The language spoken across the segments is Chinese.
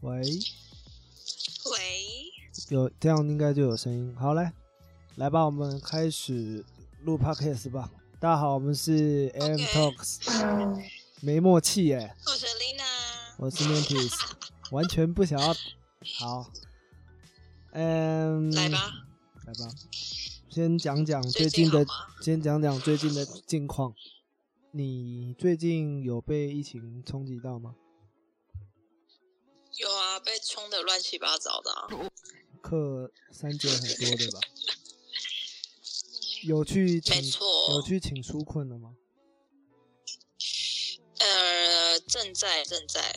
喂，喂，有这样应该就有声音。好嘞，来吧，我们开始录 podcast 吧。大家好，我们是 AM Talks，没默契耶。我是 Lina。我是 Mantis，完全不想要。好，嗯，来，吧，来吧，先讲讲最最近近好的吗？先讲讲最近的近况。你最近有被疫情冲击到吗？有啊，被冲的乱七八糟的啊。课三节很多对吧？有去请没错有去请纾困了吗？呃，正在正在，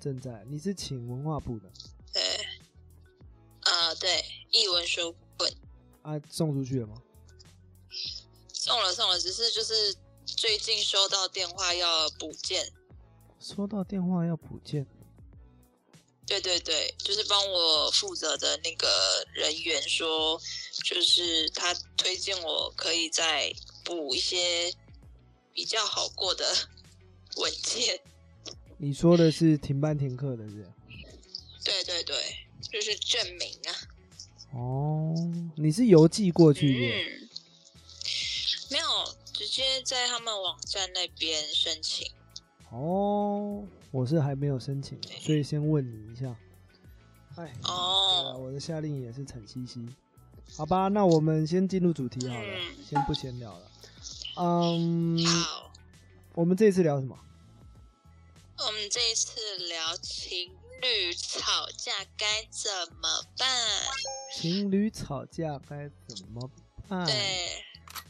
正在，你是请文化部的对，呃，对，译文书本啊？送出去了吗？送了送了，只是就是最近收到电话要补件，收到电话要补件，对对对，就是帮我负责的那个人员说，就是他推荐我可以再补一些比较好过的文件。你说的是停班停课的是不是？对对对，就是证明啊。哦，你是邮寄过去的、嗯，没有，直接在他们网站那边申请。哦，我是还没有申请，所以先问你一下。哎，对啊哦，我的夏令营也是惨兮兮。好吧，那我们先进入主题好了，嗯先不闲聊了。嗯，好，我们这次聊什么？我们这一次聊情侣吵架该怎么办？情侣吵架该怎么办？对，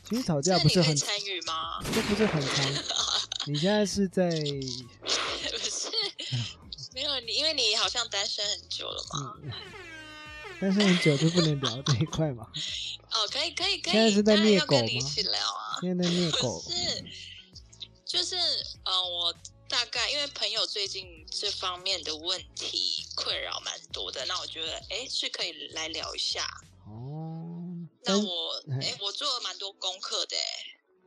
情侣哎吵这架不你是可以很，参与吗？ 这不是很常。你现在是在，嗯不是，没有你，因为你好像单身很久了嘛。嗯，但是很久就不能聊这一块嘛。哦，可以，可以，可以。现在是在当然虐要跟狗你一吗起聊啊。现在在虐不狗，是，就是呃，我大概因为朋友最近这方面的问题困扰蛮多的，那我觉得哎是可以来聊一下。哦，那但我哎哎，我做了蛮多功课的哎，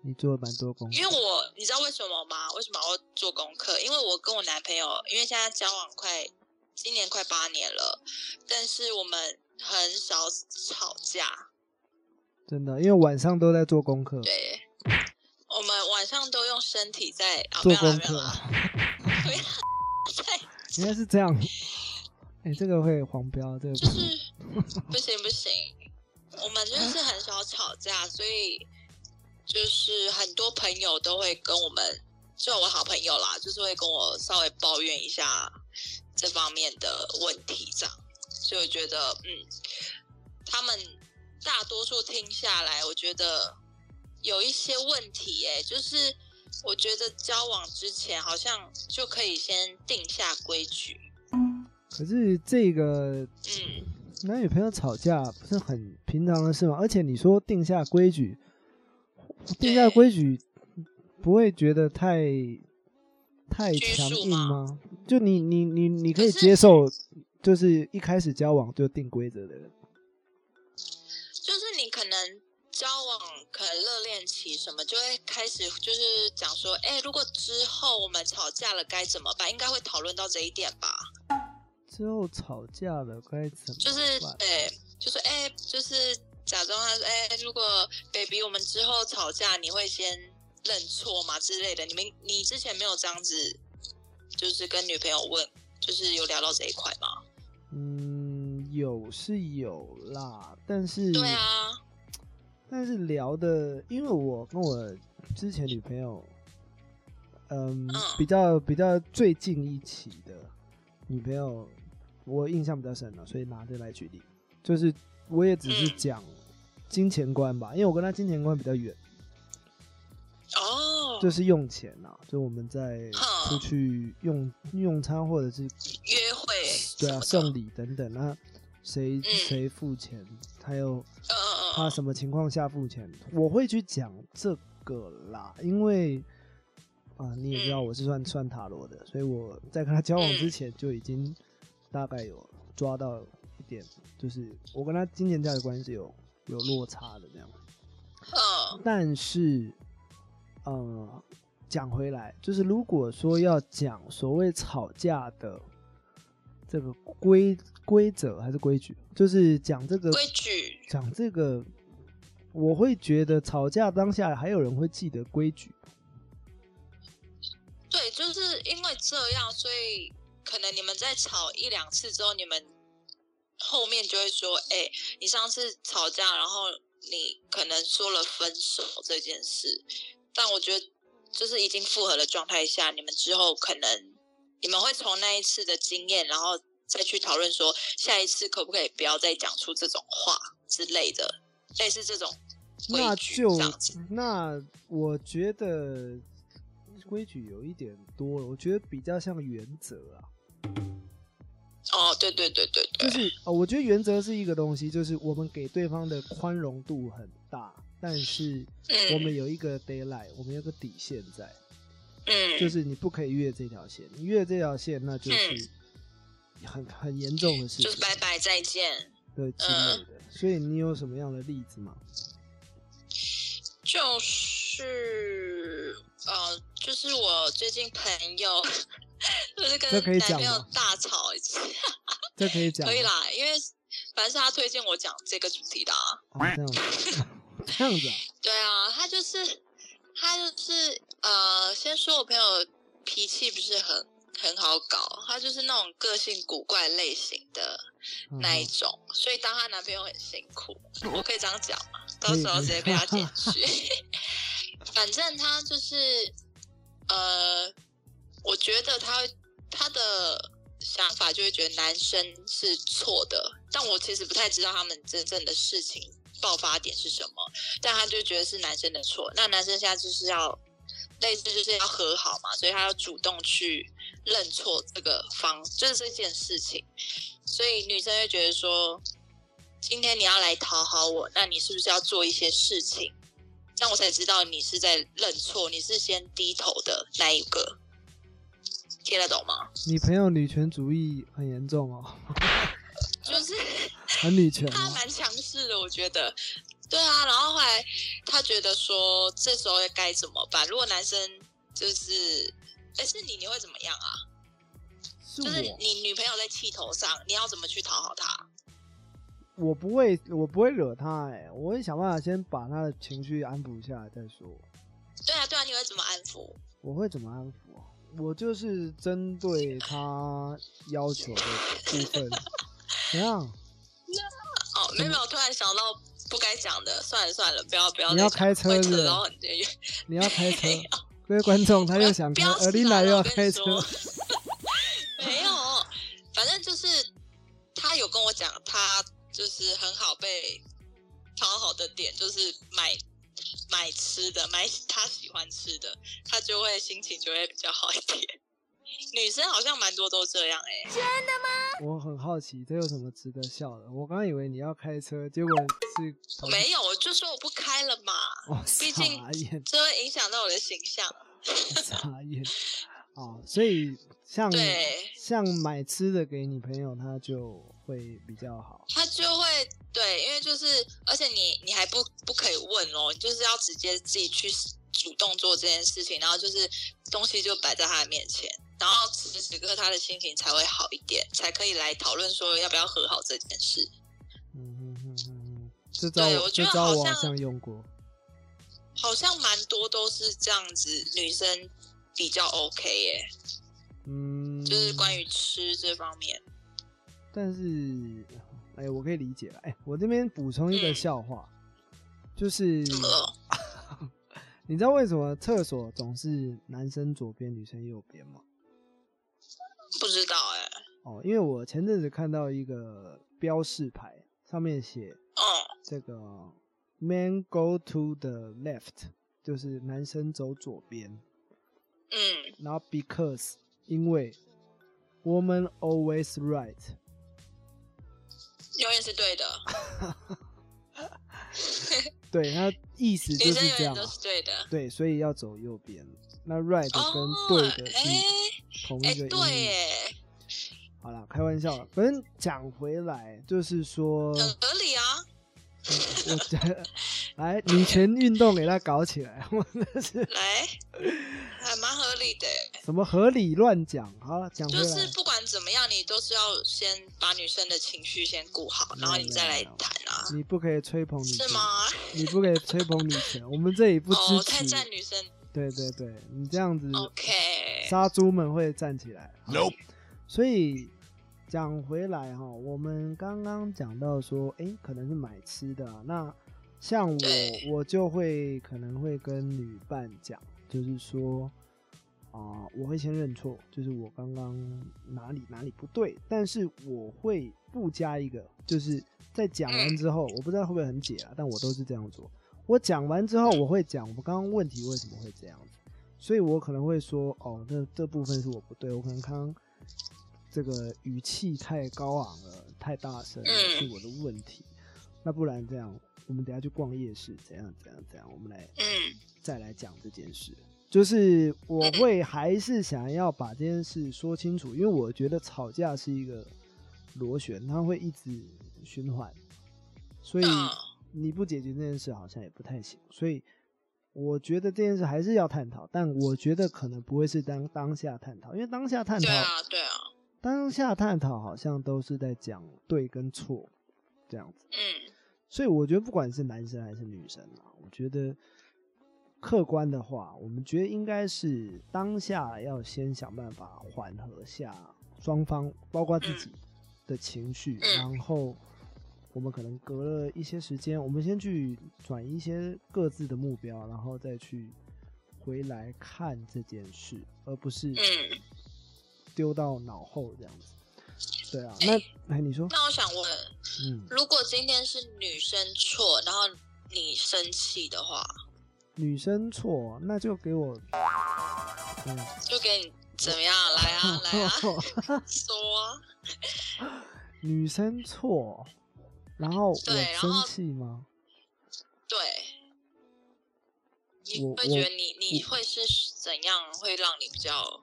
你做了蛮多功因课，为我你知道为什么吗？为什么我要做功课？因为我跟我男朋友，因为现在交往快今年快八年了，但是我们很少吵架。真的，因为晚上都在做功课，对，我们晚上都用身体在啊，做没有啦功没有课，啦不要 应该是这样。哎，这个会黄标，这个不就行。是不行不行，我们就是很少吵架，所以就是很多朋友都会跟我们，就我好朋友啦，就是会跟我稍微抱怨一下这方面的问题，这样，所以我觉得，嗯，他们大多数听下来，我觉得有一些问题、欸，就是我觉得交往之前好像就可以先定下规矩，可是这个嗯。男女朋友吵架不是很平常的事吗？而且你说定下规矩，定下规矩不会觉得太太拘强束硬吗吗？就你你你你可以可是接受，就是一开始交往就定规则的人，就是你可能交往可能热恋期什么，就会开始就是讲说，哎、如果之后我们吵架了该怎么办？应该会讨论到这一点吧。之后吵架了该怎么就是办？对，就说哎、就是假装他说，哎、如果 baby 我们之后吵架，你会先认错吗之类的？你们你之前没有这样子，就是跟女朋友问，就是有聊到这一块吗？嗯，有是有啦，但是对啊，但是聊的，因为我跟我之前女朋友，嗯，比较比较最近一起的女朋友，我印象比较深了，所以拿这来举例，就是我也只是嗯讲金钱观吧，因为我跟她金钱观比较远，哦，就是用钱啊，就我们在出哼去用用餐或者是约会对什啊么的送礼等等，那谁嗯谁付钱，还有嗯嗯他嗯，什么情况下付钱，我会去讲这个啦，因为啊，你也知道我是算算塔罗的，所以我在跟他交往之前就已经大概有抓到一点，就是我跟他金钱价值观是有有落差的这样。嗯但是，呃，讲回来，就是如果说要讲所谓吵架的这个规规则还是规矩，就是讲这个规矩，讲这个，我会觉得吵架当下还有人会记得规矩，对，就是因为这样，所以可能你们在吵一两次之后，你们后面就会说：“哎、你上次吵架，然后你可能说了分手这件事。”但我觉得，就是已经复合的状态下，你们之后可能你们会从那一次的经验，然后再去讨论说下一次可不可以不要再讲出这种话之类的，类似这种规那矩就这样子。那我觉得规矩有一点多了，我觉得比较像原则啊，哦，对对对对就对，是呃，我觉得原则是一个东西，就是我们给对方的宽容度很大，但是嗯，我们有一个 d a y l i g h t 我们有个底线在，嗯，就是你不可以越这条线，你越这条线那就是很很严重的事就是情，呃拜拜再见。对之类的。所以你有什么样的例子吗？就是呃，就是我最近朋友就这是跟可以男讲朋友吗大吵一次，这可以讲吗，可以啦，因为反正是他推荐我讲这个主题的、啊。哦，这样子， 这样子啊，对啊，他就是他就是呃，先说我朋友脾气不是很很好搞，他就是那种个性古怪类型的嗯那一哼种，所以当她男朋友很辛苦，我可以这样讲吗？可到以时候直接被他剪去。 反正他就是，呃，我觉得他他的想法就会觉得男生是错的，但我其实不太知道他们真正的事情爆发点是什么，但他就觉得是男生的错。那男生现在就是要类似就是要和好嘛，所以他要主动去认错这个方，就是这件事情。所以女生会觉得说，今天你要来讨好我，那你是不是要做一些事情？这样我才知道你是在认错，你是先低头的那一个，听得懂吗？你朋友女权主义很严重哦，就是很女权他哦。蛮强势的，我觉得。对啊，然后后来他觉得说，这时候该怎么办？如果男生就是，哎，是你，你会怎么样啊？是就是我，你女朋友在气头上，你要怎么去讨好她？我不会，我不会惹他、哎，我会想办法先把他的情绪安抚下来再说。对啊，对啊，你会怎么安抚？我会怎么安抚啊？我就是针对他要求的部分，怎样？哦，没有没有，突然想到不该讲的，算了算了，不要不要你再要讲开了车会是不扯是到很远。你要开车，各位观众，他又想开，飙起尔丽来娜了又要我跟开你车，说 没有，反正就是他有跟我讲，他就是很好被讨好的点，就是买买吃的，买他喜欢吃的，他就会心情就会比较好一点。 女生好像蛮多都这样哎、我很好奇，这有什么值得笑的？我刚以为你要开车，结果是没有，我就说我不开了嘛，哦，毕傻竟 眼，这会影响到我的形象。傻眼，哦，所以像对，像买吃的给你朋友，他就会比较好。他就会对，因为就是，而且你你还不不可以问哦，你就是要直接自己去主动做这件事情，然后就是东西就摆在他的面前，然后此时此刻他的心情才会好一点，才可以来讨论说要不要和好这件事。嗯哼哼哼哼，这招对我我这觉得招好我好像像用过。好像蛮多都是这样子，女生比较 OK 耶，嗯，就是关于吃这方面。但是，哎、我可以理解了。哎、我这边补充一个嗯笑话，就是怎么了？你知道为什么厕所总是男生左边女生右边吗？不知道哎，哦，因为我前阵子看到一个标示牌，上面写嗯这个 “man go to the left”，就是男生走左边，嗯，然后 “because” 因为 “woman always right”。永远是对的，对，它意思就女生是永这样远啊都。是对的。对，所以要走右边。那 right 跟哦，对的哎、是同哎、一个嗯对音译。耶，好啦，开玩笑啦。反嗯正讲回来，就是说，很合理啊。我觉得来，女权运动给它搞起来，我真的是来，还蛮合理的欸。什么合理乱讲。好了，讲回就来，是不管怎么样，你都是要先把女生的情绪先顾好，没有然后你再没来有谈啊，你不可以吹捧女是权，吗？你不可以吹捧女权，我们这里不哦，太哦支持。占女生。对对对，你这样子， OK，杀猪们会站起来。好 Nope 所以讲回来哈，我们刚刚讲到说，诶，可能是买吃的、啊。那像我对，我就会可能会跟女伴讲，就是说，啊、我会先认错，就是我刚刚哪里哪里不对，但是我会附加一个，就是在讲完之后，我不知道会不会很解啊，但我都是这样做。我讲完之后，我会讲我刚刚问题为什么会这样子，所以我可能会说，哦，这这部分是我不对，我可能刚刚这个语气太高昂了，太大声了，嗯是我的问题。那不然这样，我们等一下去逛夜市，怎样怎样怎样，我们来嗯，再来讲这件事。就是我会还是想要把这件事说清楚，因为我觉得吵架是一个螺旋，它会一直循环，所以嗯你不解决这件事好像也不太行。所以我觉得这件事还是要探讨，但我觉得可能不会是当当下探讨，因为当下探讨对啊，对啊，当下探讨好像都是在讲对跟错这样子。嗯所以我觉得不管是男生还是女生啊，我觉得客观的话，我们觉得应该是当下要先想办法缓和下双方，包括自己的情绪，嗯然后我们可能隔了一些时间，我们先去转移一些各自的目标，然后再去回来看这件事，而不是嗯。丢到脑后这样子。对啊，那哎，你说，那我想问，嗯，如果今天是女生错，然后你生气的话，女生错，那就给我，嗯，就给你怎么样？来啊，来啊，说啊。 女生错，然后我对然生后气吗？对，你我会我觉得你你会是怎样会让你比较？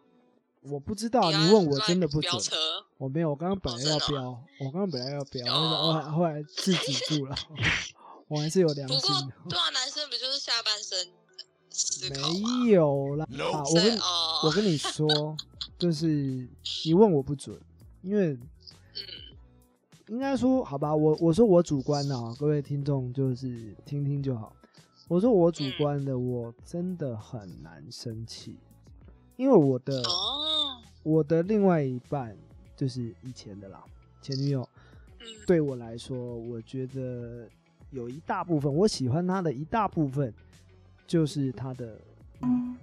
我不知道，你要啊你问我乱真的不准飙。车，我没有，我刚刚本来要哦真的标，我刚刚本来要标，但是哦后来后来制止住了， 我还是有良不过心的。对啊，男生不就是下半身思考啊吗？没有 啦， Nope 啊我所以跟你哦，我跟你说，就是你问我不准，因为嗯应该说，好吧，我我说我主观的啊，各位听众就是听听就好。我说我主观的，我真的很难生气，因为我的哦，我的另外一半就是以前的啦，前女友，嗯，对我来说，我觉得有一大部分我喜欢她的一大部分，就是她的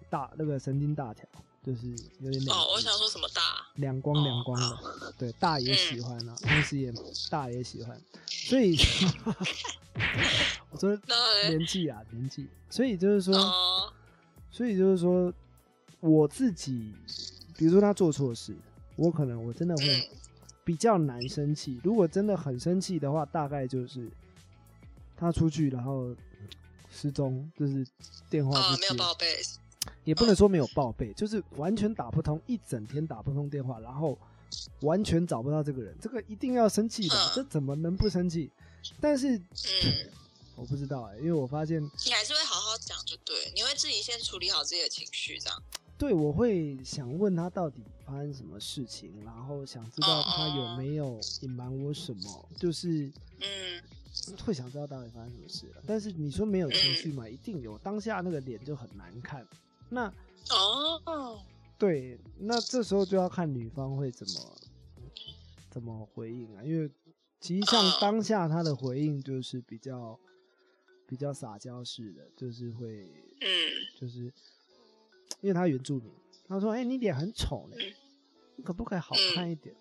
大那个神经大条，就是有点两哦，我想说哦什么大？两光两光的，对，大爷喜欢啊，嗯同时也大爷喜欢，所以 我说那嘞年纪啊年纪，所以就是说，哦，所以就是说我自己，比如说他做错事，我可能我真的会嗯比较难生气。如果真的很生气的话，大概就是他出去然后失踪，就是电话啊不，接，没有报备，也不能说没有报备，就是完全打不通，一整天打不通电话，然后完全找不到这个人，这个一定要生气吧嗯？这怎么能不生气？但是嗯，我不知道哎、因为我发现，你还是会好好讲就对，你会自己先处理好自己的情绪，这样。对我会想问他到底发生什么事情，然后想知道他有没有隐瞒我什么，就是嗯，会想知道到底发生什么事了。但是你说没有情绪嘛，一定有，当下那个脸就很难看。那哦，对，那这时候就要看女方会怎么怎么回应啊，因为其实像嗯当下她的回应就是比较比较撒娇式的，就是会嗯，就是因为她原住民，她说：“哎、你脸很丑嘞，你可不可以好看一点？”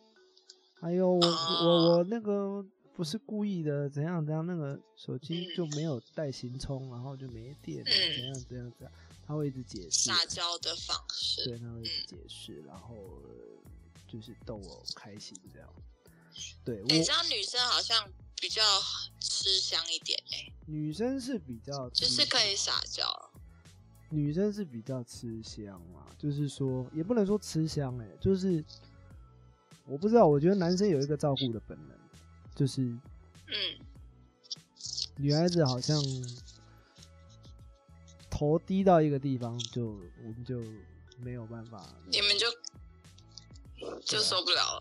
哎呦，我我我那个不是故意的，怎样怎样，那个手机就没有带行充，然后就没电了，嗯怎样怎样怎样，她会一直解释。撒娇的方式，对，他会嗯解释，然后呃就是逗我开心这样。对我欸你知道女生好像比较吃香一点哎，女生是比较吃就是可以香，撒娇。女生是比较吃香啊，就是说也不能说吃香哎、就是我不知道，我觉得男生有一个照顾的本能，就是嗯，女孩子好像头低到一个地方，就我们就没有办法，你们就就受不了了。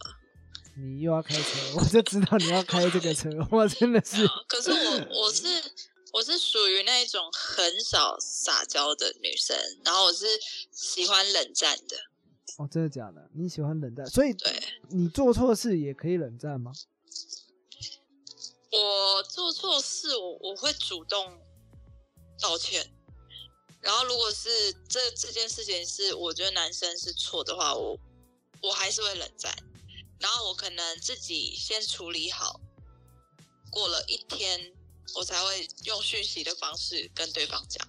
你又要开车，我就知道你要开这个车， 我真的是，可是我我是我是属于那一种很少撒娇的女生，然后我是喜欢冷战的。哦，真的假的？你喜欢冷战，所以对你做错事也可以冷战吗？我做错事，我我会主动道歉。然后如果是这这件事情是我觉得男生是错的话，我我还是会冷战。然后我可能自己先处理好，过了一天，我才会用讯息的方式跟对方讲。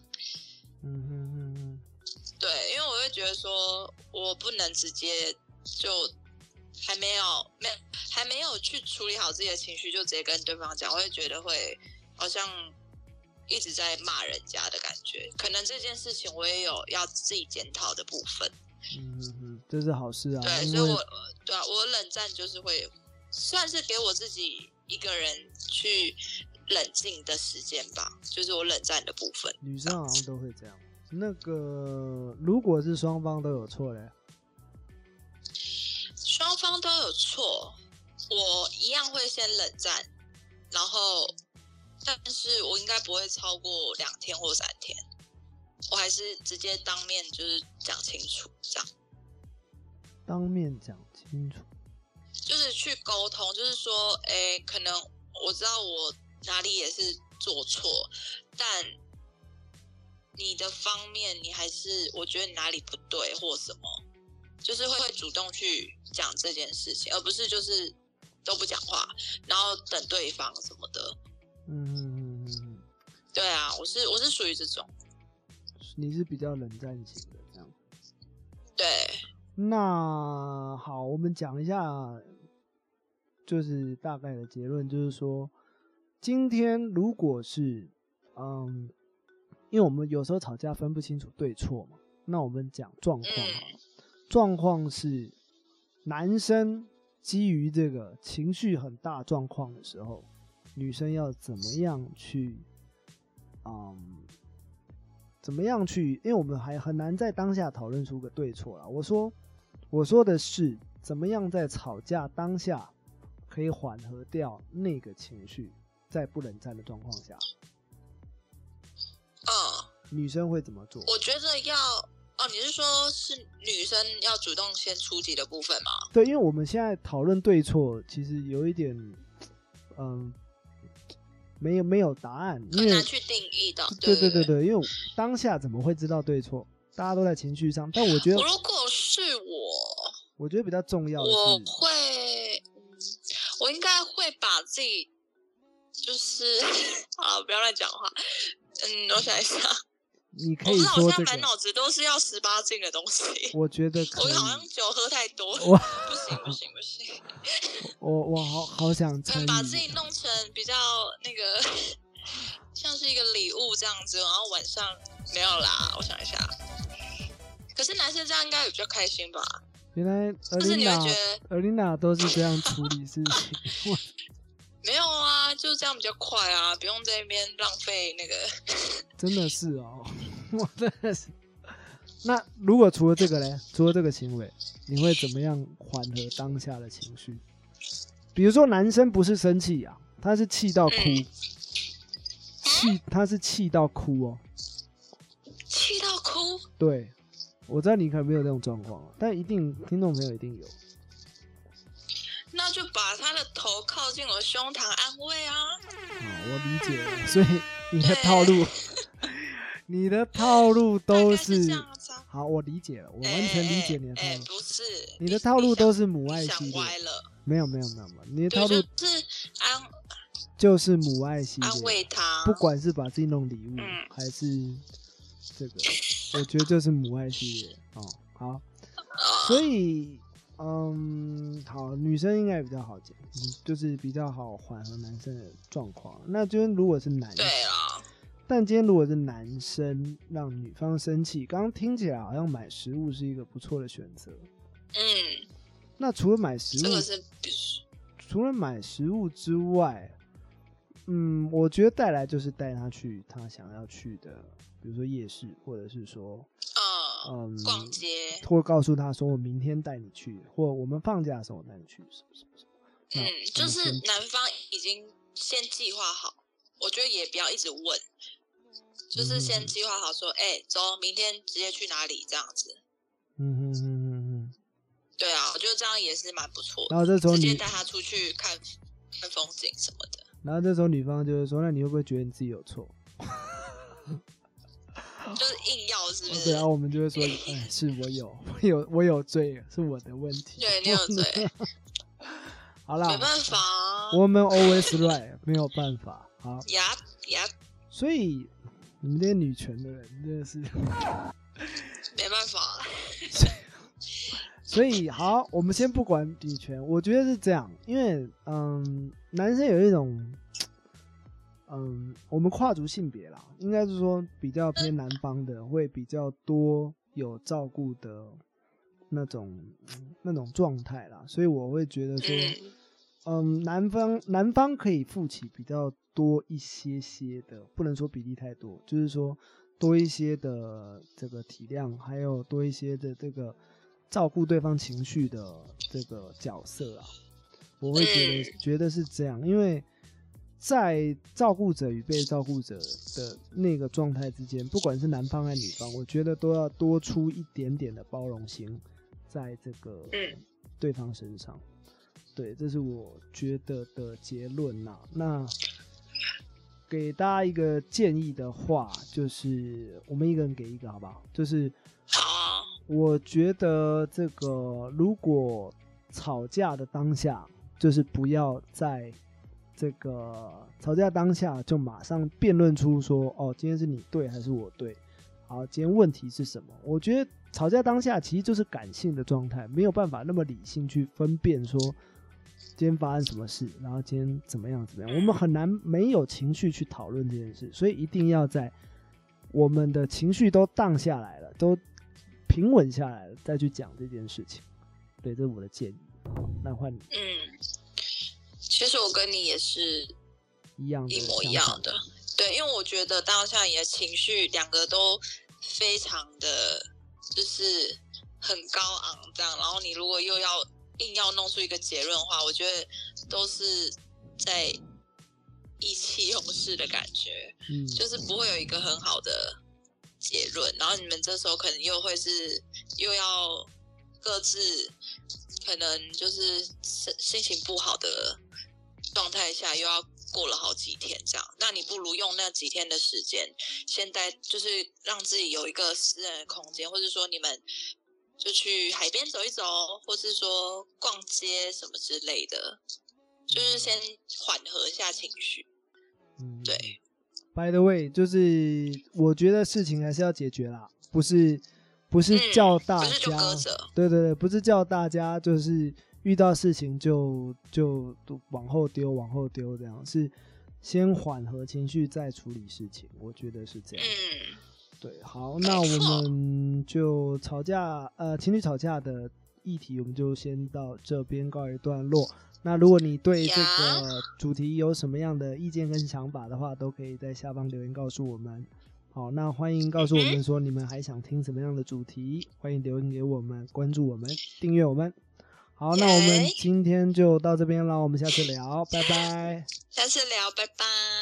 嗯哼哼哼，对，因为我会觉得说，我不能直接就还没有没还没有去处理好自己的情绪，就直接跟对方讲，我会觉得会好像一直在骂人家的感觉。可能这件事情我也有要自己检讨的部分。嗯哼哼，这是好事啊，对，因所以为我对啊，我冷战就是会算是给我自己一个人去冷静的时间吧，就是我冷战的部分。女生好像都会这样。那个如果是双方都有错嘞，双方都有错，我一样会先冷战，然后，但是我应该不会超过两天或三天，我还是直接当面就是讲清楚，这样当面讲清楚。就是去沟通，就是说，诶，可能我知道我哪里也是做错，但你的方面你还是我觉得你哪里不对或什么，就是会会主动去讲这件事情，而不是就是都不讲话，然后等对方什么的。嗯哼哼哼哼，对啊，我是我是属于这种，你是比较冷战型的这样。对，那好，我们讲一下，就是大概的结论，就是说，今天如果是，嗯，因为我们有时候吵架分不清楚对错嘛，那我们讲状况好了。状况是，男生基于这个情绪很大状况的时候，女生要怎么样去，嗯，怎么样去？因为我们还很难在当下讨论出个对错啦。我说，我说的是怎么样在吵架当下可以缓和掉那个情绪，在不冷战的状况下，嗯，女生会怎么做？我觉得要。哦，你是说是女生要主动先出击的部分吗？对，因为我们现在讨论对错，其实有一点，嗯，没有没有答案，因很为难去定义的。嗯对对对对对，因为当下怎么会知道对错？大家都在情绪上，但我觉得我如果是我，我觉得比较重要的我是，会，嗯我应该会把自己，就是啊，不要乱讲话。嗯，我想一下，你可我以不知道我说现在这满个，脑子都是要十八禁的东西。我觉得可我以。好像酒喝太多，我不行不行不 行，我我好好想参嗯与，把自己弄成比较那个，像是一个礼物这样子，然后晚上没有啦，我想一下。可是男生这样应该也比较开心吧？原来就是你会觉 Elena 得 Elena 都是这样处理事情， 哇没有啊，就这样比较快啊，不用在那边浪费 那个。真的是哦， 我真的是。那如果除了这个嘞，除了这个行为，你会怎么样缓和当下的情绪？比如说，男生不是生气啊，他是气到哭，嗯气他是气到哭哦。气到哭，对，我知道你可能没有这种状况，哦但一定听众朋友一定有。那就把他的头靠近我胸膛安慰啊。啊，我理解了， 所以你的套路，你的套路都大概是这样子啊。好，我理解了，我完全理解你的哎套哎哎路，不是，你的套路都是是母爱系想列，歪了，没有没有没有没有，你的套对，就路是安就是母爱系安列，慰他。不管是把自己弄礼物嗯还是这个，我觉得就是母爱系列哦。好，所以嗯，好，女生应该比较好解，嗯就是比较好缓和男生的状况。那就是如果是男生。对哦啊啦，但今天如果是男生让女方生气，刚刚听起来好像买食物是一个不错的选择。嗯，那除了买食这物个，是必须除了买食物之外，嗯，我觉得带来就是带他去他想要去的比如说夜市，或者是说嗯，嗯，逛街，或告诉他说我明天带你去，或我们放假的时候我带你去，什么什么什么。那嗯，就我们是先男方已经先计划好，我觉得也不要一直问，就是先嗯计划好说，哎、走，明天直接去哪里这样子。嗯哼哼哼哼。对啊，我觉得这样也是蛮不错的，然后这时候直接你带他出去看看风景什么的。然后这时候女方就是说，那你会不会觉得你自己有错？就是硬要是不哦是？对，然后我们就会说，哎，是我有，我有，我有罪，是我的问题。对你有罪，好没啦，办法啊。我们 always right，没有办法。好，牙牙所以你们这些女权的人真的是，没办法，啊所以好，我们先不管女权，我觉得是这样，因为嗯，男生有一种，嗯，我们跨足性别啦，应该是说比较偏南方的会比较多有照顾的那种、嗯那种状态啦，所以我会觉得说。嗯嗯，男方男方可以负起比较多一些些的，不能说比例太多，就是说多一些的这个体谅，还有多一些的这个照顾对方情绪的这个角色啊，我会觉得、觉得是这样，因为在照顾者与被照顾者的那个状态之间，不管是男方还是女方，我觉得都要多出一点点的包容心，在这个嗯对方身上。对，这是我觉得的结论呐、那给大家一个建议的话，就是我们一个人给一个，好不好？就是好啊，我觉得这个如果吵架的当下，就是不要在这个吵架当下就马上辩论出说，哦，今天是你对还是我对？好，今天问题是什么？我觉得吵架当下其实就是感性的状态，没有办法那么理性去分辨说今天发生什么事，然后今天怎么样怎么样，我们很难没有情绪去讨论这件事，所以一定要在我们的情绪都荡下来了，都平稳下来了，再去讲这件事情。对，这是我的建议。那换你嗯。其实我跟你也是一样的一想法，模一样的，对，因为我觉得当下你的情绪两个都非常的就是很高昂这样，然后你如果又要硬要弄出一个结论的话，我觉得都是在意气用事的感觉。嗯，就是不会有一个很好的结论，然后你们这时候可能又会是又要各自可能就是心心情不好的状态下，又要过了好几天这样，那你不如用那几天的时间，先待就是让自己有一个私人的空间，或者说你们。就去海边走一走，或是说逛街什么之类的，就是先缓和一下情绪。嗯对。 By the way，就是我觉得事情还是要解决啦，不是不是嗯叫大不是就家，搁着对对对，不是叫大家就是遇到事情就就都往后丢往后丢这样，是先缓和情绪再处理事情，我觉得是这样。嗯，对，好，那没错我们就吵架，呃，情侣吵架的议题，我们就先到这边告一段落。那如果你对这呀个主题有什么样的意见跟想法的话，都可以在下方留言告诉我们。好，那欢迎告诉嗯我们说你们还想听什么样的主题，欢迎留言给我们，关注我们，订阅我们。好，那我们耶今天就到这边了，我们下次聊，拜拜。下次聊，拜拜。